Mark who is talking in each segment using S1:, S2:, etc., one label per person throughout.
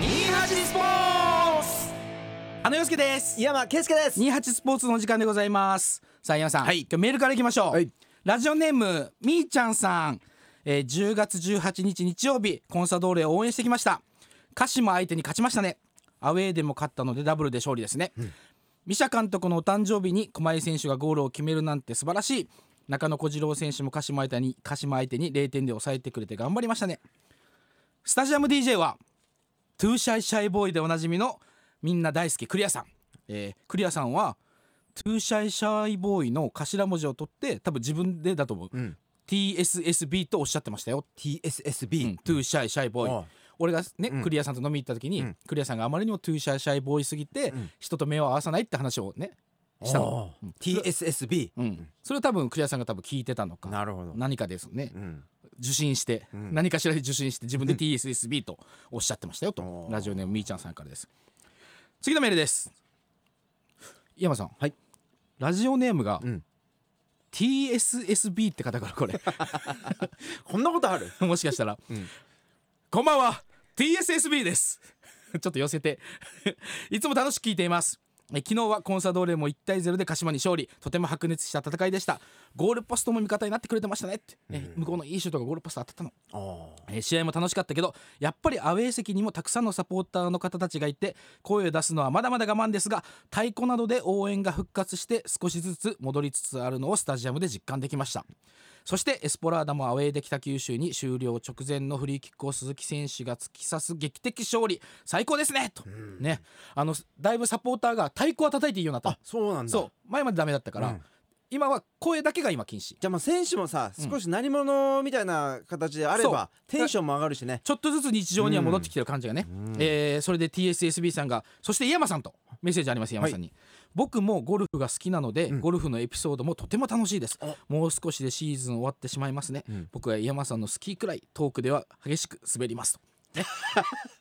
S1: スポーツあのよすけです
S2: 山圭介です。
S1: 28スポーツの時間でございますさあ山さん、
S3: はい
S1: 今日メールからいきましょう、
S2: はい
S1: ラジオネームみーちゃんさん、えー10月18日日曜日コンサドーレを応援してきました鹿島相手に勝ちましたねアウェーでも勝ったのでダブルで勝利ですね、ミシャ監督のお誕生日に駒井選手がゴールを決めるなんて素晴らしい中野小次郎選手も鹿島相手に鹿島相手に0点で抑えてくれて頑張りましたねスタジアム DJ はトゥーシャイシャイボーイでおなじみのみんな大好きクリアさん、えークリアさんはトゥーシャイシャイボーイの頭文字を取って多分自分でだと思う、TSSB とおっしゃってましたよ、う
S2: TSSB、
S1: んトゥーシャイシャイボーイ、
S2: ああ
S1: 俺がね、クリアさんと飲み行った時に、クリアさんがあまりにもトゥーシャイシャイボーイすぎて、人と目を合わさないって話をねしたの、
S2: おー TSSB、
S1: うん、それを多分クリアさんが多分聞いてたのか
S2: なるほど
S1: 何かですね、
S2: ん
S1: 受信して、何かしらで受信して自分で TSSB とおっしゃってましたよと
S2: おー
S1: ラジオネームみーちゃんさんからです次のメールです山さん、
S2: はい
S1: ラジオネームが、
S2: ん
S1: TSSB って方からこれ
S2: こんなことある？
S1: もしかしたら、こんばんは TSSB です ちょっと寄せて いつも楽しく聞いていますえ昨日はコンサドーレも1対0で鹿島に勝利とても白熱した戦いでしたゴールポストも味方になってくれてましたねって、え向こうのいいシュートがゴールポスト当たったのえー試合も楽しかったけどやっぱりアウェー席にもたくさんのサポーターの方たちがいて声を出すのはまだまだ我慢ですが太鼓などで応援が復活して少しずつ戻りつつあるのをスタジアムで実感できましたそしてエスポラーダもアウェーで北九州に終了直前のフリーキックを鈴木選手が突き刺す劇的勝利最高ですねとねあのだいぶサポーターが太鼓は叩いていいようになった
S2: そうなんだ。
S1: そう前までダメだったから、
S2: うん
S1: 今は声だけが今禁止
S2: じゃあまあ選手もさ、少し何者みたいな形であればテンションも上がるしね。
S1: ちょっとずつ日常には戻ってきてる感じがね、えーそれで TSSB さんがそして井山さんとメッセージあります井山さんに、僕もゴルフが好きなので、ゴルフのエピソードもとても楽しいですもう少しでシーズン終わってしまいますね、僕は井山さんのスキーくらいトークでは激しく滑りますと、 ね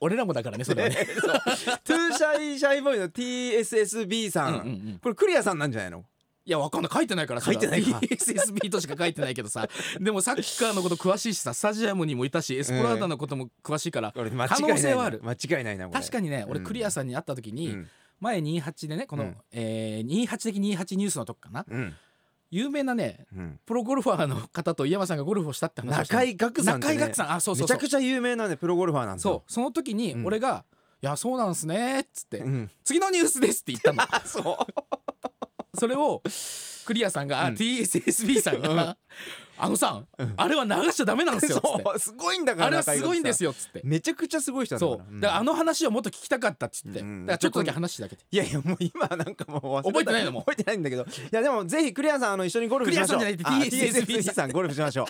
S1: 俺らもだからねそれはね
S2: トゥーシャイシャイボーイの TSSB さん、
S1: うんうんうん
S2: これクリアさんなんじゃないの？
S1: いやわかんない書いてないからそれは
S2: 書いてないか
S1: TSSB としか書いてないけど さでもサッカーのこと詳しいしさスタジアムにもいたしエスポラーダのことも詳しいから、
S2: これ間違
S1: 可
S2: いないな
S1: 能性はある
S2: 間違いないなこれ。
S1: 確かにね俺クリアさんに会った時に、
S2: うん
S1: 前28でねこの、
S2: うん
S1: えー28的28ニュースのとこかな、
S2: うん
S1: 有名なね
S2: うん。
S1: プロゴルファーの方と井山さんがゴルフをしたって話をしたの
S2: 中井岳さんってね
S1: 中井岳さんあそうそう
S2: めち
S1: そ
S2: ゃ
S1: う
S2: くちゃ有名なねプロゴルファーなんだ。
S1: そうその時に俺が「いやそうなんすね」っつって、
S2: ん
S1: 次のニュースです」って言った の
S2: う。そう。
S1: それをクリアさんが、あ TSSB さんが「あのさ、あれは流しちゃダメなんですよ」っつって
S2: そうすごいんだ
S1: 「
S2: から
S1: あれはすごいんです
S2: よ
S1: よ」っつって。
S2: めちゃくちゃすごい人なん
S1: そ
S2: だ
S1: う
S2: から、
S1: だからあの話をもっと聞きたかったっつって、
S2: うん
S1: だからちょっとだけ話しただけで
S2: いやいやもう今なんかもう忘れ
S1: 覚えてないのもう
S2: 覚えてないんだけどいやでもぜひクリアさんあの一緒にゴルフしましょう
S1: クリアさんじゃないって TSSB さん
S2: TSSB さんゴルフしましょう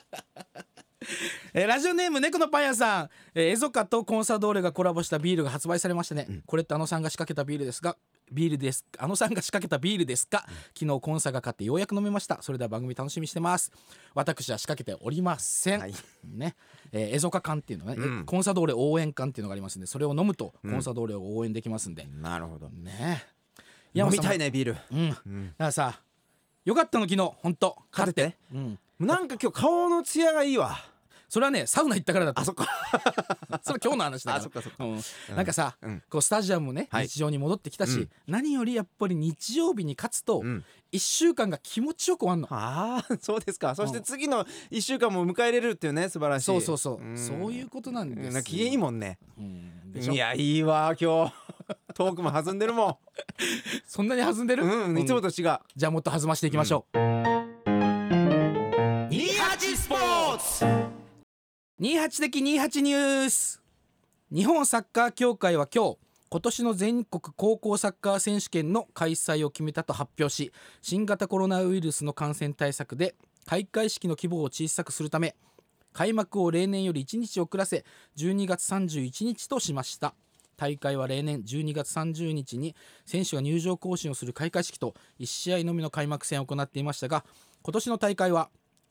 S1: えーラジオネーム猫のパン屋さん、えー、エゾカとコンサドーレがコラボしたビールが発売されましたね、これってあのさんが仕掛けたビールですがビールですあのさんが仕掛けたビールですか、昨日コンサが買ってようやく飲めましたそれでは番組楽しみにしてます私は仕掛けておりません、
S2: はい
S1: ね、えー、エゾカ缶っていうのね、
S2: うん
S1: コンサドーレ応援缶っていうのがありますんでそれを飲むとコンサドーレを応援できますんで、
S2: なるほど
S1: ねえ
S2: 飲
S1: 山
S2: み
S1: さんも
S2: たいねビール
S1: うん、だからさよかったの昨日本当勝って
S2: て
S1: うん
S2: なんか今日顔のツヤがいいわ
S1: それはねサウナ行ったからだった
S2: あそっか
S1: それ今日の話だから
S2: あそっかそっか
S1: うん、なんかさ、
S2: うん
S1: こうスタジアムもね、
S2: はい
S1: 日常に戻ってきたし、
S2: うん
S1: 何よりやっぱり日曜日に勝つと、
S2: うん
S1: 1週間が気持ちよく終わんの、
S2: ああそうですかそし
S1: う
S2: て
S1: ん
S2: 次の一週間も迎えれるっていうね素晴らしい
S1: そうそうそう、
S2: ん
S1: そういうことなん
S2: うん
S1: で
S2: な
S1: す
S2: んか機嫌いいもんね
S1: うんでしょ
S2: いやいいわ今 日トークも弾んでるも
S1: そんなに弾んでる、
S2: んうんいつもと違う
S1: じゃあもっと弾ましていきましょう、
S2: 28スポーツ
S1: 28的28ニュース日本サッカー協会は今日今年の全国高校サッカー選手権の開催を決めたと発表し新型コロナウイルスの感染対策で開会式の規模を小さくするため開幕を例年より1日遅らせ12月31日としました大会は例年12月30日に選手が入場行進をする開会式と1試合のみの開幕戦を行っていましたが今年の大会は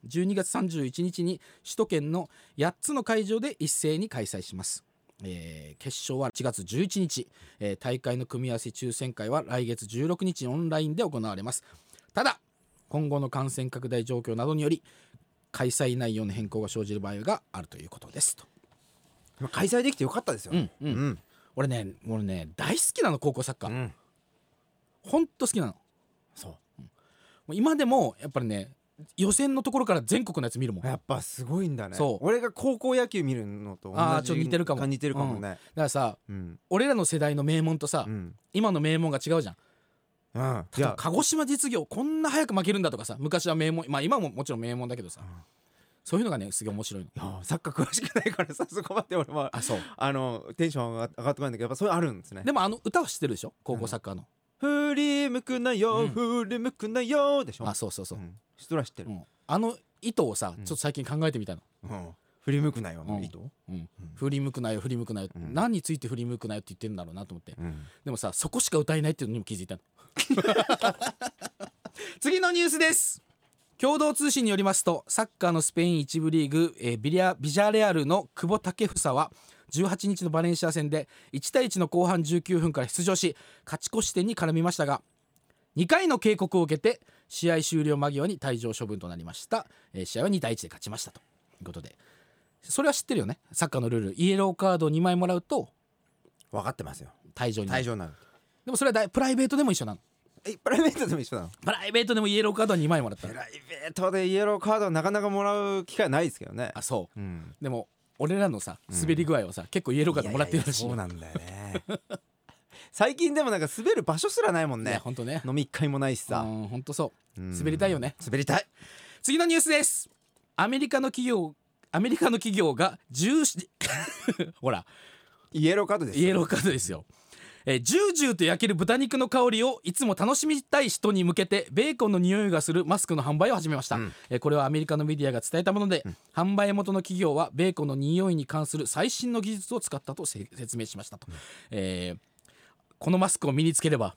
S1: 12月31日に首都圏の8つの会場で一斉に開催します、えー決勝は1月11日、えー大会の組み合わせ抽選会は来月16日にオンラインで行われますただ今後の感染拡大状況などにより開催内容の変更が生じる場合があるということですと、
S2: 開催できてよかったですよ
S1: うんうん
S2: うん
S1: 俺ね俺ね大好きなの高校サッカ
S2: う
S1: ー、
S2: ん
S1: ほんと好きなの
S2: そ
S1: もう今でもやっぱりね予選のところから全国のやつ見るもん
S2: うやっぱすごいんだね
S1: そう
S2: 俺が高校野球見るのと同じ
S1: あーちょっと似てるかも
S2: 似てるかもね
S1: だからさ
S2: うん
S1: 俺らの世代の名門とさ、
S2: うん
S1: 今の名門が違うじゃん
S2: うんい
S1: 例えば
S2: や
S1: 鹿児島実業こんな早く負けるんだとかさ昔は名門まあ今ももちろん名門だけどさ、
S2: ん
S1: そういうのがねすげえ面白いの
S2: いやサッカー詳しくないからさ そこまで俺は
S1: あそう
S2: あのテンション上が上がってこないんだけどやっぱそういうのあるんですね
S1: でもあの歌は知ってるでしょ高校サッカーの、
S2: 振り向くなよ、
S1: うん
S2: 振り向くなよでしょ
S1: あそうそうそう
S2: う、ん、それは知って
S1: う
S2: る、
S1: ん、あの意図をさ
S2: うん
S1: ちょっと最近考えてみたの、
S2: うん振り向くなよの
S1: うん
S2: 意図、
S1: うん
S2: うん
S1: 振り向くなよ振り向くなよ、
S2: うん
S1: 何について振り向くなよって言ってるんだろうなと思って
S2: うん
S1: でもさそこしか歌えないっていうのにも気づいたの 次のニュースです共同通信によりますとサッカーのスペイン一部リーグ、えービリアビジャレアルの久保建英は18日のバレンシア戦で1対1の後半19分から出場し勝ち越し点に絡みましたが2回の警告を受けて試合終了間際に退場処分となりました、えー試合は2対1で勝ちましたということでそれは知ってるよねサッカーのルールイエローカード2枚もらうと
S2: 分かってますよ
S1: 退場にな
S2: 対
S1: る
S2: 象になる
S1: でもそれはだいプライベートでも一緒なの
S2: えプライベートでも一緒なの
S1: プライベートでもイエローカードは2枚もらった
S2: プライベートでイエローカードはなかなかもらう機会ないですけどね
S1: あそ
S2: うん
S1: うでも俺らのさ滑り具合はさ、結構イエローカードもらってるらしい
S2: い
S1: よ
S2: やいやそうなんだよね最近でもなんか滑る場所すらないもん
S1: ね
S2: ね
S1: 本当ね
S2: 飲み一回もないしさ、
S1: うん本当そう
S2: うん
S1: 滑りたいよね
S2: 滑りたい
S1: 次のニュースですアメリカの企業アメリカの企業が10 ほら
S2: イエローカードです
S1: イエローカードですよえージュージューと焼ける豚肉の香りをいつも楽しみたい人に向けてベーコンの匂いがするマスクの販売を始めました、
S2: うん
S1: えーこれはアメリカのメディアが伝えたもので、販売元の企業はベーコンの匂いに関する最新の技術を使ったとせ説明しましたと、えーこのマスクを身につければ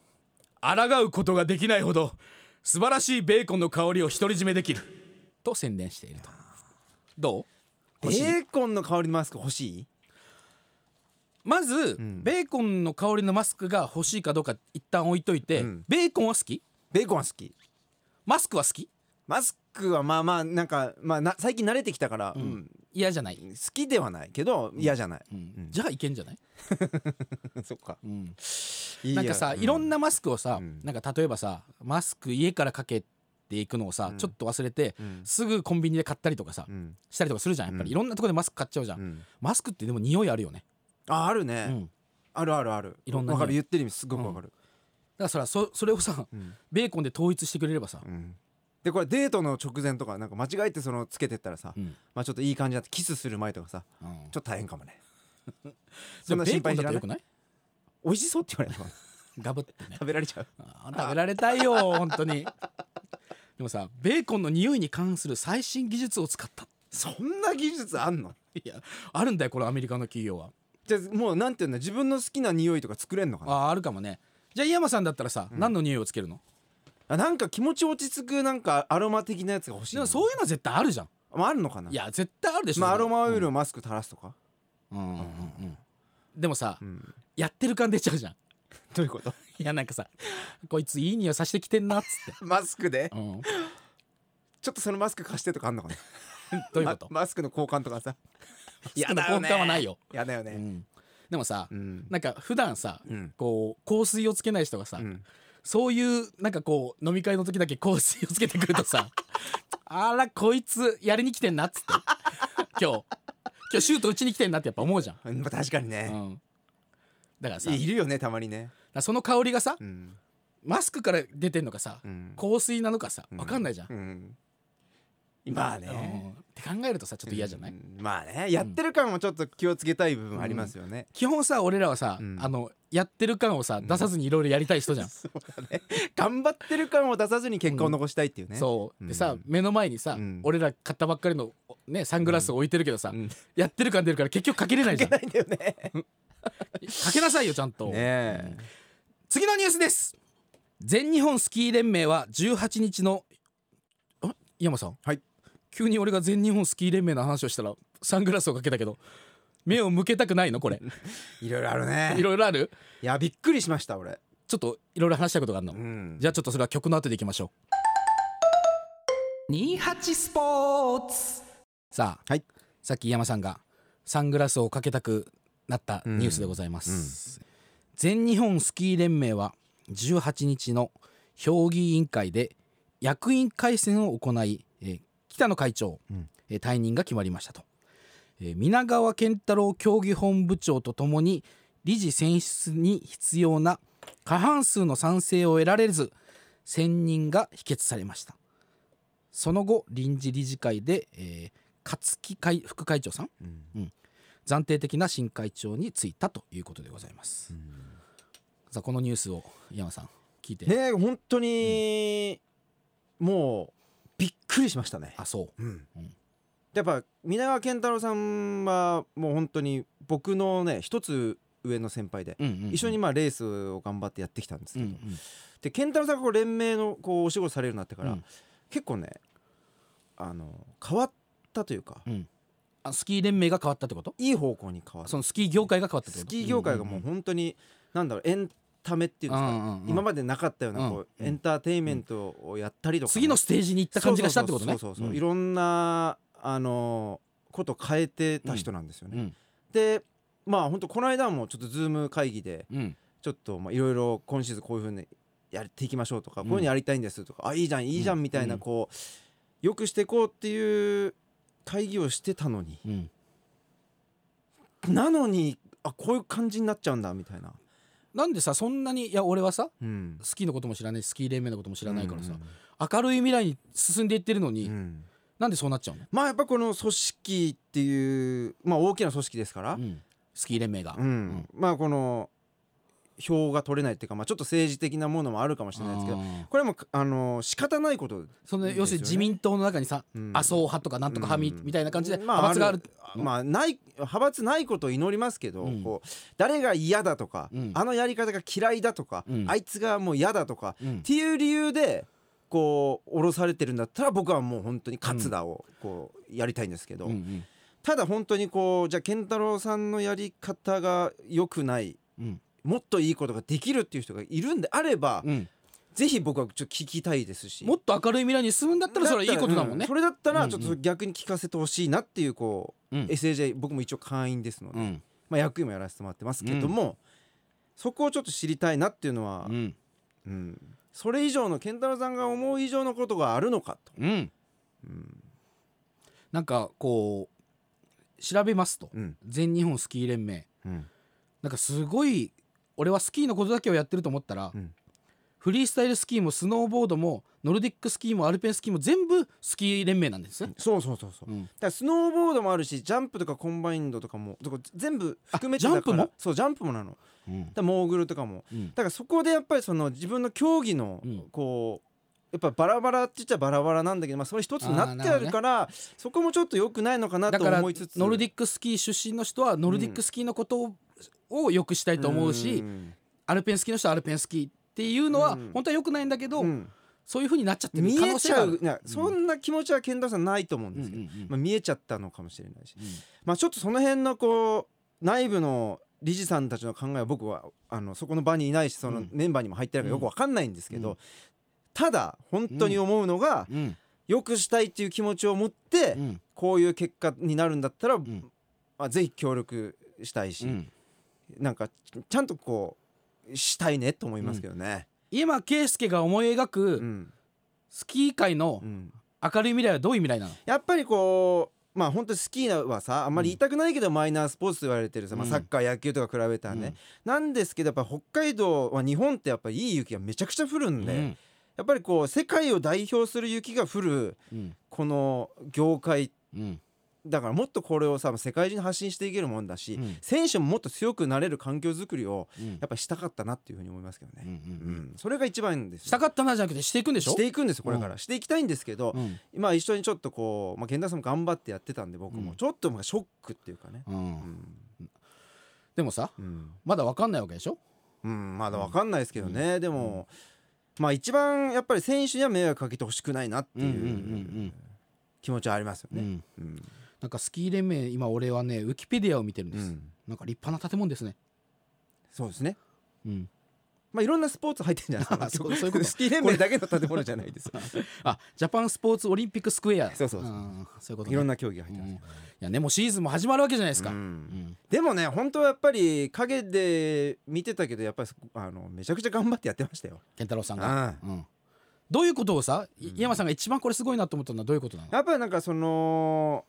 S1: 抗うことができないほど素晴らしいベーコンの香りを独り占めできると宣伝しているとどう
S2: ベーコンの香りのマスク欲しい
S1: まず、
S2: ん
S1: ベーコンの香りのマスクが欲しいかどうか一旦置いといて、
S2: うん
S1: ベーコンは好き
S2: ベーコンは好き
S1: マスクは好き
S2: マスクはまあまあなんか、まあ、な最近慣れてきたから、うん
S1: 嫌じゃない、
S2: 好きではないけど嫌じゃない、
S1: うんじゃあいけんじゃない、
S2: そっか
S1: うん
S2: いいや
S1: なんかさ、
S2: う
S1: いろんなマスクをさ、
S2: うん
S1: なんか例えばさマスク家からかけていくのをさ、
S2: うん
S1: ちょっと忘れて、
S2: うん
S1: すぐコンビニで買ったりとかさ、
S2: うん
S1: したりとかするじゃんやっぱり、
S2: うん
S1: いろんなとこでマスク買っちゃうじゃん、
S2: うん
S1: マスクってでも匂いあるよね、
S2: あある
S1: う
S2: ね、
S1: ん、だ
S2: あるあるある
S1: いろんな
S2: わかる
S1: 匂
S2: 言ってる意味すごくわかる、
S1: からそらそそれをさ
S2: うん
S1: ベーコンで統一してくれればさ、
S2: うんでこれデートの直前とかなんか間違えてそのつけてったらさ、
S1: うん
S2: まあちょっといい感じになってキスする前とかさ
S1: うん
S2: ちょっと大変かもね
S1: で
S2: そん
S1: もベ
S2: な
S1: ー
S2: 心
S1: コン
S2: 配
S1: だ
S2: し
S1: と
S2: ら
S1: よ
S2: ね
S1: くない
S2: 美味しそうって言 われる
S1: ガブってね
S2: 食べられちゃう
S1: あ食べられたいよ本当にでもさベーコンの匂いに関する最新技術を使った
S2: そんな技術あんの
S1: いやあるんだよこのアメリカの企業は
S2: じゃあもうなんていうの自分の好きな匂いとか作れんのかな
S1: ああるかもねじゃあ井山さんだったらさ、何の匂いをつけるの
S2: あなんか気持ち落ち着くなんかアロマ的なやつが欲しい
S1: で
S2: な
S1: もそういうの絶対あるじゃん
S2: まああるのかない
S1: や絶対あるでしょ、
S2: まあア
S1: それ
S2: ロマオイルをマスク垂らすとか、
S1: うんうんうんうんでもさ、
S2: うん
S1: やってる感出ちゃうじゃん
S2: どういうこと
S1: いやなんかさこいついい匂いさしてきてんなっつっ
S2: マスクで
S1: て、うん、
S2: ちょっとそのマスク貸してとかあんのかな
S1: どういうこと
S2: まマスクの交換とかさ
S1: やだよね
S2: やだやだよ
S1: う
S2: ね
S1: んでもさ、
S2: うん
S1: なんか普段さ、
S2: うん
S1: こう香水をつけない人がさ、
S2: うん
S1: そういうなんかこう飲み会の時だけ香水をつけてくると さあらこいつやりに来てんなっつって今日今日シュート打ちに来てんなってやっぱ思うじゃん、
S2: うんまあ確かに
S1: う
S2: ね、
S1: ん、だからさ
S2: いいるよねたまにね
S1: その香りがさ
S2: うん
S1: マスクから出てんのかさ、
S2: うん
S1: 香水なのかさ
S2: う
S1: 分かんないじゃん、
S2: うんまあね
S1: うんって考えるとさちょっと嫌じゃない、
S2: うんまあねやってる感もちょっと気をつけたい部分ありますよね、
S1: 基本さ俺らはさ、
S2: うん
S1: あのやってる感をさ出さずにいろいろやりたい人じゃん、
S2: 頑張ってる感を出さずに結果を残したいっていうね、
S1: そうでさ、
S2: うん
S1: 目の前にさ、
S2: うん
S1: 俺ら買ったばっかりのねサングラスを置いてるけどさ、
S2: うん
S1: やってる感出るから結局かけれないじゃん
S2: ないんだよね
S1: かけなさいよちゃんと、
S2: ねえ、
S1: 次のニュースです全日本スキー連盟は18日のあ山さん
S2: はい
S1: 急に俺が全日本スキー連盟の話をしたらサングラスをかけたけど目を向けたくないのこれ
S2: いろいろあるね
S1: いろいろある
S2: いやびっくりしました俺、
S1: ちょっといろいろ話したいことがあるの、
S2: うん、
S1: じゃあちょっとそれは曲の後でいきましょう28スポーツさあ
S2: はい
S1: さっき井山さんがサングラスをかけたくなったニュースでございます、全日本スキー連盟は18日の評議委員会で役員改選を行い、えー北野会長、
S2: うん
S1: えー退任が決まりましたと、えー皆川健太郎競技本部長とともに理事選出に必要な過半数の賛成を得られず選任が否決されましたその後臨時理事会で、えー勝木会副会長さん
S2: うん
S1: 暫定的な新会長に就いたということでございます、さあこのニュースを山さん聞いて、
S2: ねえ本当に、もうびっくりしましたね
S1: あそう
S2: うん
S1: うん
S2: やっぱ皆川健太郎さんはもう本当に僕のね一つ上の先輩で、
S1: うんうんうん
S2: 一緒にまあレースを頑張ってやってきたんです
S1: う
S2: け
S1: んう
S2: ど、
S1: ん
S2: で健太郎さんがこう連盟のこうお仕事されるようになってから、
S1: うん
S2: 結構ねあの変わったというか、
S1: うんあスキー連盟が変わったってこと
S2: いい方向に変わった
S1: そのスキー業界が変わったってこ
S2: ス
S1: と
S2: キー業界がもう本当になんだろうエンタメっていうんですか、今
S1: ま
S2: までなかったようなこう、
S1: うん
S2: エンターテインメントをやったりとかね、
S1: 次のステージに行った感じがしたってことね
S2: そうそうそうそうそうそううんいろんなあのことを変えてた人なんですよね、
S1: うん
S2: でまあ本当この間もちょっとズーム会議で
S1: うん
S2: ちょっとまあいろいろ今シーズンこういうふうにやっていきましょうとか、
S1: うん
S2: こういうふうにやりたいんですとかあいいじゃんいいじゃ
S1: うん
S2: んみたいな
S1: うん
S2: こうよくしていこうっていう会議をしてたのに
S1: うん
S2: なのにあこういう感じになっちゃうんだみたいな、
S1: なんでさそんなにいや俺はさ
S2: うん、
S1: スキーのことも知らないしスキー連盟のことも知
S2: 知
S1: らないからさ、明るい未来に進んでいってるのに、なんでそうなっちゃうの、
S2: まあやっぱこの組織っていう、まあ、大きな組織ですから、
S1: うんスキー連盟が、
S2: うんまあこの票が取れないっていうか、まあ、ちょっと政治的なものもあるかもしれないですけど
S1: あー
S2: これもあの仕方ないこと、
S1: その
S2: ですよね
S1: 要するに自民党の中にさ、
S2: うん
S1: 麻生派とかなんとか派み,、
S2: うん
S1: たいな感じで
S2: ま
S1: 派閥がある、
S2: あるまあない派閥ないことを祈りますけど、
S1: うん
S2: こう誰が嫌だとか、
S1: うん
S2: あのやり方が嫌いだとか、
S1: うん
S2: あいつがもう嫌だとか、
S1: うん
S2: っていう理由でこう降ろされてるんだったら僕はもう本当に勝田をこうやりたいんですけど、
S1: うんうん
S2: ただ本当にこうじゃあ健太郎さんのやり方が良くない
S1: うん
S2: もっといいことができるっていう人がいるんであれば、
S1: うん
S2: ぜひ僕はちょっと聞きたいですし。
S1: もっと明るい未来に進むんだったらそれはいいことだもん
S2: う
S1: ね
S2: そ。れだった
S1: うんう
S2: ら
S1: ん
S2: ちょっと逆に聞かせてほしいなっていうこう
S1: うん
S2: SAJ 僕も一応会員ですので、
S1: うん
S2: まあ、役員もやらせてもらってますけども、そこをちょっと知りたいなっていうのは、
S1: うん
S2: うんそれ以上の健太郎さんが思う以上のことがあるのかと、
S1: うん
S2: うん
S1: なんかこう調べますと
S2: うん
S1: 全日本スキー連盟なんかすごい俺はスキーのことだけをやってると思ったら、
S2: うん
S1: フリースタイルスキーもスノーボードもノルディックスキーもアルペンスキーも全部スキー連盟なんですね。
S2: そうそうそうそう、
S1: う
S2: だ
S1: ん
S2: からスノーボードもあるしジャンプとかコンバインドとかもとか全部含めてだから
S1: あジャンプも
S2: そうジャンプもなのだか
S1: うん
S2: らモーグルとかも
S1: うん
S2: だからそこでやっぱりその自分の競技の
S1: うん
S2: こうやっぱバラバラって言っちゃバラバラなんだけど、まあ、それ一つになってあるからそこもちょっと良くないのかな
S1: だ
S2: と
S1: から
S2: 思いつつ
S1: ノルディックスキー出身の人はノルディックスキーのことを,、をよくしたいと思うし、
S2: ん
S1: アルペンスキーの人はアルペンスキーっていうのは
S2: うん
S1: 本当は良くないんだけど、
S2: うん
S1: そういう風になっちゃってる
S2: 見
S1: 可
S2: え
S1: 能性
S2: ち
S1: が
S2: ゃ
S1: あ
S2: う
S1: る。
S2: いやそんな気持ちは健太郎さんないと思うん
S1: うん
S2: で
S1: うん
S2: すけど、
S1: うん
S2: まあ、見えちゃったのかもしれないし、
S1: うん
S2: まあ、ちょっとその辺のこう内部の理事さんたちの考えは僕はあのそこの場にいないしそうの
S1: ん
S2: メンバーにも入ってないからよくわかんないんですけど、
S1: うん
S2: ただ本当に思うのが、
S1: うん
S2: 良くしたいっていう気持ちを持って、
S1: うん
S2: こういう結果になるんだったら、
S1: ん
S2: まあ、ぜひ協力したいし、
S1: うん
S2: なんかちちゃんとこうしたいねと思いますけどね。
S1: 今圭介が思い描
S2: う
S1: く
S2: ん
S1: スキー界の
S2: うん
S1: 明るい未来はどういう未来なの、
S2: やっぱりこうまあ本当にスキーはさあんまり言いたくないけどマイナースポーツと言われてるさ、まあ、
S1: うん
S2: サッカー野球とか比べたらね、なんですけどやっぱ北海道は日本ってやっぱいい雪がめちゃくちゃ降る
S1: うんん
S2: で、やっぱりこう世界を代表する雪が降る
S1: うん
S2: この業界
S1: うん
S2: だからもっとこれをさ世界中に発信していけるもんだし、
S1: うん
S2: 選手ももっと強くなれる環境づくりを
S1: うん
S2: やっぱりしたかったなっていうふうに思いますけど
S1: うんう
S2: ね、うん
S1: ん
S2: それが一番ですよ
S1: したかったなじゃなくてしていくんでしょ
S2: していくんですよこれから、していきたいんですけど、
S1: うん
S2: まあ一緒にちょっとこう、まあ、源田さんも頑張ってやってたんで僕
S1: う
S2: も
S1: ん
S2: ちょっとまあショックっていうかね、
S1: う
S2: うんん
S1: でもさ
S2: うん
S1: まだわかんないわけでしょ、
S2: うんまだわかんないですけどね、でも、まあ一番やっぱり選手には迷惑かけてほしくないなって
S1: うんうんうんう
S2: いうん気持ちはありますよ
S1: う
S2: ね。
S1: ん
S2: うん
S1: なんかスキー連盟今俺はねウィキペディアを見てるん
S2: う
S1: です、
S2: ん
S1: なんか立派な建物ですね、
S2: そうですね、
S1: うん
S2: まあいろんなスポーツ入ってんじゃな いです
S1: そ
S2: か
S1: うそういうこと
S2: スキー連盟だけの建物じゃな いですよ
S1: あジャパンスポーツオリンピックスクエア
S2: そうそうそうん
S1: そういうこと、ね、
S2: いろんな競技が入って
S1: う
S2: ま
S1: んい
S2: す
S1: やねもうシーズンも始まるわけじゃないですか、
S2: う
S1: うんん
S2: でもね本当はやっぱり陰で見てたけどやっぱりあのめちゃくちゃ頑張ってやってましたよ
S1: 健太郎さんが、
S2: ああ
S1: うん、どういうことをさ、い井山さんが一番これすごいなと思ったのはどういうことなの
S2: やっぱりなんかその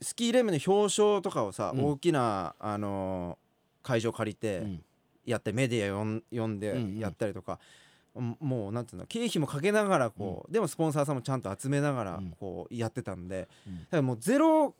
S2: スキー連盟の表彰とかをさ、
S1: うん
S2: 大きなあの会場借りて
S1: うん
S2: やって、メディア呼ん呼んで
S1: うんうん
S2: やったりとか、うんもうなんていうの経費もかけながらこう、でもスポンサーさんもちゃんと集めなが
S1: う
S2: ら
S1: ん
S2: こうやってたんで、
S1: うん
S2: だからもうゼロ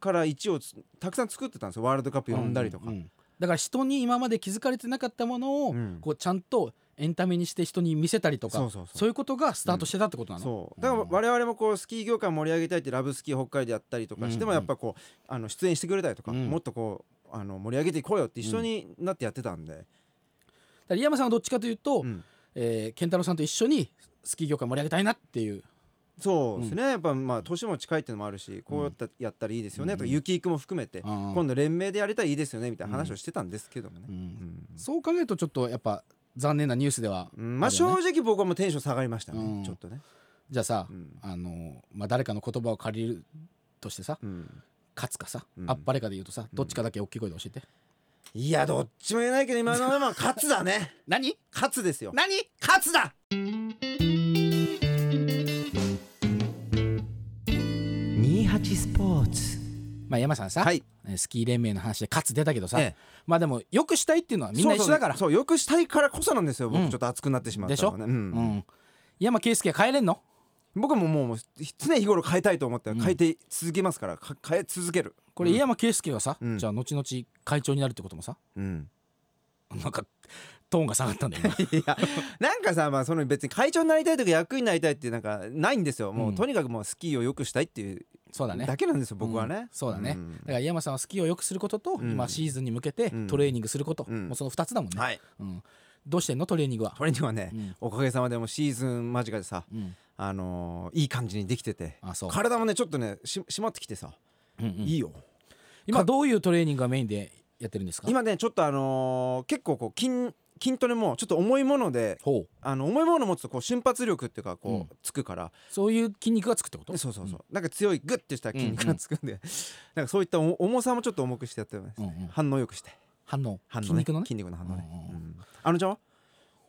S2: から1をつたくさん作ってたんですよワールドカップ呼んだりとか。
S1: うんうんだから人に今まで気づかれてなかったものを、
S2: うん
S1: こうちゃんとエンタメにして人に見せたりとか
S2: そうそうそう
S1: いうことがスタートしてたってことなの、
S2: そうだから我々もこうスキー業界盛り上げたいってラブスキー北海道やったりとかして
S1: う
S2: も
S1: んう
S2: や
S1: ん
S2: っぱこうあの出演してくれたりとか、
S1: うん
S2: もっとこうあの盛り上げていこうよって一緒になってやってたんで、
S1: だから井山さんはどっちかというと、
S2: うん
S1: えー健太郎さんと一緒にスキー業界盛り上げたいなっていう
S2: そうですね、やっぱまあ年も近いっていうのもあるしこうやったやったらいいですよね、とか雪行くも含めて、
S1: うん
S2: 今度連名でやれたらいいですよねみたいな話をしてたんですけどもね、
S1: う
S2: うんん
S1: そう考えるとちょっとやっぱ残念なニュースでは
S2: うんま
S1: あ
S2: あ
S1: るよ
S2: 正
S1: ね
S2: 直僕はもうテンション下がりましたね、
S1: うん
S2: ちょっとね、
S1: じゃあさ、
S2: うん
S1: あのまあ、誰かの言葉を借りるとしてさ
S2: うん
S1: 勝つかさ、
S2: うん
S1: あっぱれかで言うとさどっちかだけ大きい声で教えて、
S2: いやどっちも言えないけど今のまま 勝つだね
S1: 何
S2: 勝つですよ
S1: 何
S2: 勝つだ28スポーツ
S1: まあ山さんさ、
S2: はい
S1: えースキー連盟の話で勝つ出たけどさ、
S2: ええ
S1: まあでもよくしたいっていうのはみんな一緒だから
S2: そうそうそうよくしたいからこそなんですよ
S1: うん
S2: 僕ちょっと熱くなってしまった
S1: でしょ、
S2: のは
S1: う
S2: ねうん
S1: ん、山圭介は変えれんの
S2: 僕ももうもう常日頃変えたいと思って変えて続けますからか変え続ける
S1: これ井山圭介がさ、
S2: うん
S1: じゃあ後々会長になるってこともさ
S2: うん
S1: なんかトーンが下がったんだよ 今
S2: いやなんかさまあその別に会長になりたいとか役員になりたいってなんかないんですよも
S1: うん
S2: うとにかくもうスキーを良くしたいっていう
S1: そうだね
S2: だけなんですよ僕は
S1: うん
S2: ね
S1: そうだね、
S2: ん
S1: だから井山さんはスキーを良くすることと、
S2: うん
S1: 今シーズンに向けて
S2: うん
S1: トレーニングすること、
S2: うん
S1: もうその2つだもんね、
S2: はい
S1: うん、どうしてんのトレーニングは
S2: トレーニングはね
S1: うん
S2: おかげさまでもうシーズン間近でさ
S1: うん
S2: あのーいい感じにできてて
S1: あそう、
S2: 体もねちょっとねし締まってきてさ、
S1: うんうん
S2: いいよ
S1: 今どういうトレーニングがメインでやってるんですか
S2: 今ねちょっとあのー結構こう筋筋トレもちょっと重いもので
S1: ほう
S2: あの重いもの持つとこう瞬発力っていうかこう、
S1: うん
S2: つくから
S1: そういう筋肉がつくってこと
S2: そうそうそう、なんか強いグッてした筋肉がつくんで、 なんかそういったお重さもちょっと重くしてやってま
S1: う
S2: す、
S1: んうん
S2: 反応よくして
S1: 反応
S2: 反応、ね、
S1: 筋肉のね
S2: 筋肉の反応ね、
S1: うんうん
S2: うんあのちゃんは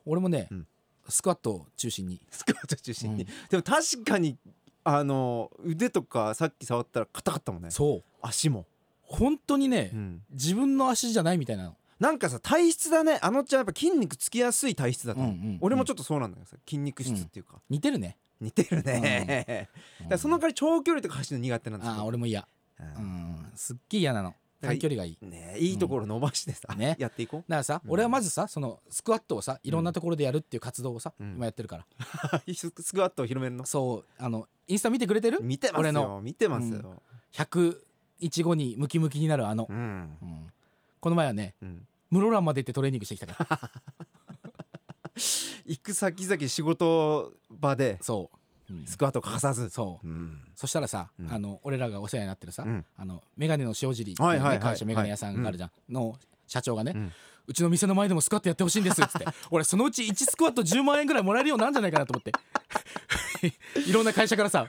S1: 俺もね、
S2: うん
S1: スクワットを中心に
S2: スクワット中心に、
S1: うん
S2: でも確かにあのー腕とかさっき触ったら硬かったもんね
S1: そう
S2: 足も、
S1: 本当にね、
S2: うん
S1: 自分の足じゃないみたいなの、
S2: なんかさ体質だねあのちゃんやっぱ筋肉つきやすい体質だと思う、
S1: うんうんうん
S2: 俺もちょっとそうなんだけどさ筋肉質っていうか、
S1: 似てるね、
S2: 似てるね、だからその代わり長距離とか走るの苦手なんです
S1: ああ
S2: よ
S1: ー俺も嫌
S2: うん
S1: うんすっげえ嫌なの
S2: は
S1: 短
S2: い
S1: 距離がいいだ
S2: ねいいところ伸ばしてさ、
S1: うんね
S2: やっていこ
S1: からさ、
S2: うん
S1: 俺はまずさそのスクワットをさいろんなところでやるっていう活動をさ、
S2: うん
S1: 今やってるから、
S2: うススクワットを広めるの
S1: そうあのインスタ見てくれてる
S2: 見てます
S1: 俺の
S2: よ見てますよ、
S1: 100日後にムキムキになるあの
S2: う、ん
S1: うんこの前はね
S2: うん
S1: 室蘭まで行ってトレーニングしてきた から
S2: 行く先々仕事場で
S1: そう、うん
S2: スクワット欠かさず、
S1: そう
S2: うん
S1: そしたらさ、
S2: うん
S1: あの俺らがお世話になってるさ、
S2: うん
S1: あのメガネの塩尻って
S2: はいいうはいは
S1: ね
S2: い
S1: 会社メガネ屋さんがあるじゃん、の社長がね、う
S2: うん
S1: ちの店の前でもスクワットやってほしいんですっ つって俺そのうち1スクワット10万円ぐらいもらえるようになるんじゃないかなと思って いろんな会社からさ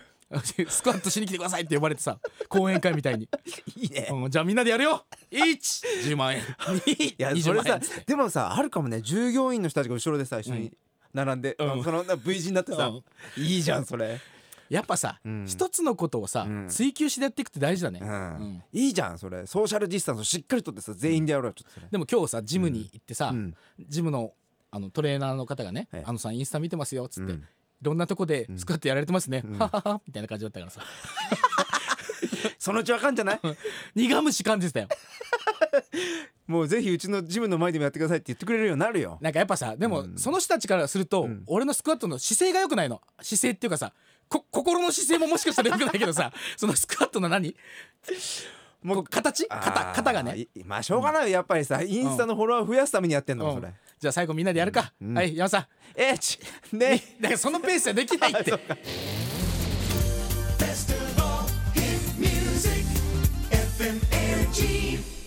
S1: スクワットしに来てくださいって呼ばれてさ講演会み たいに、
S2: いいね、
S1: うんじゃあみんなでやるよ110万 円
S2: い や
S1: 20
S2: それ
S1: 万円
S2: さ
S1: っつって
S2: でもさあるかもね従業員の人たちが後ろでさ一緒に並んで、
S1: うん
S2: あのそのな V 字になってさ、
S1: うん
S2: いいじゃんそれ、
S1: やっぱさ、
S2: うん
S1: 一つのことをさ、
S2: うん
S1: 追求してやっていくって大事だね、
S2: うん
S1: うん
S2: いいじゃんそれソーシャルディスタンスをしっかりとってさ全員でやろうよちょっとそれ、
S1: でも今日さジムに行ってさ、
S2: うん
S1: ジムのあのトレーナーの方がね、
S2: はい
S1: あのさんインスタ見てますよっつって、
S2: うん
S1: いろんなとこでスクワットやられてますね、
S2: うん
S1: はははみたいな感じだったからさ
S2: そのうちわかんじゃない
S1: 苦虫感じてたよ
S2: もうぜひうちのジムの前でもやってくださいって言ってくれるようになるよ
S1: なんかやっぱさでも、
S2: うん
S1: その人たちからすると、
S2: うん
S1: 俺のスクワットの姿勢が良くないの姿勢っていうかさこ心の姿勢ももしかしたら良くないけど さそのスクワットの何
S2: もう
S1: こう形
S2: あ
S1: 肩
S2: ー
S1: 肩がね、
S2: いまあしょうがないよやっぱりさインスタのフォロワー増やすためにやってんの
S1: う
S2: も
S1: ん
S2: それ
S1: じゃあ最後みんなでやるか、
S2: うん
S1: はい山さん
S2: えちね
S1: だからそのペースじゃできないって
S3: Festival Hit Music, FMNG.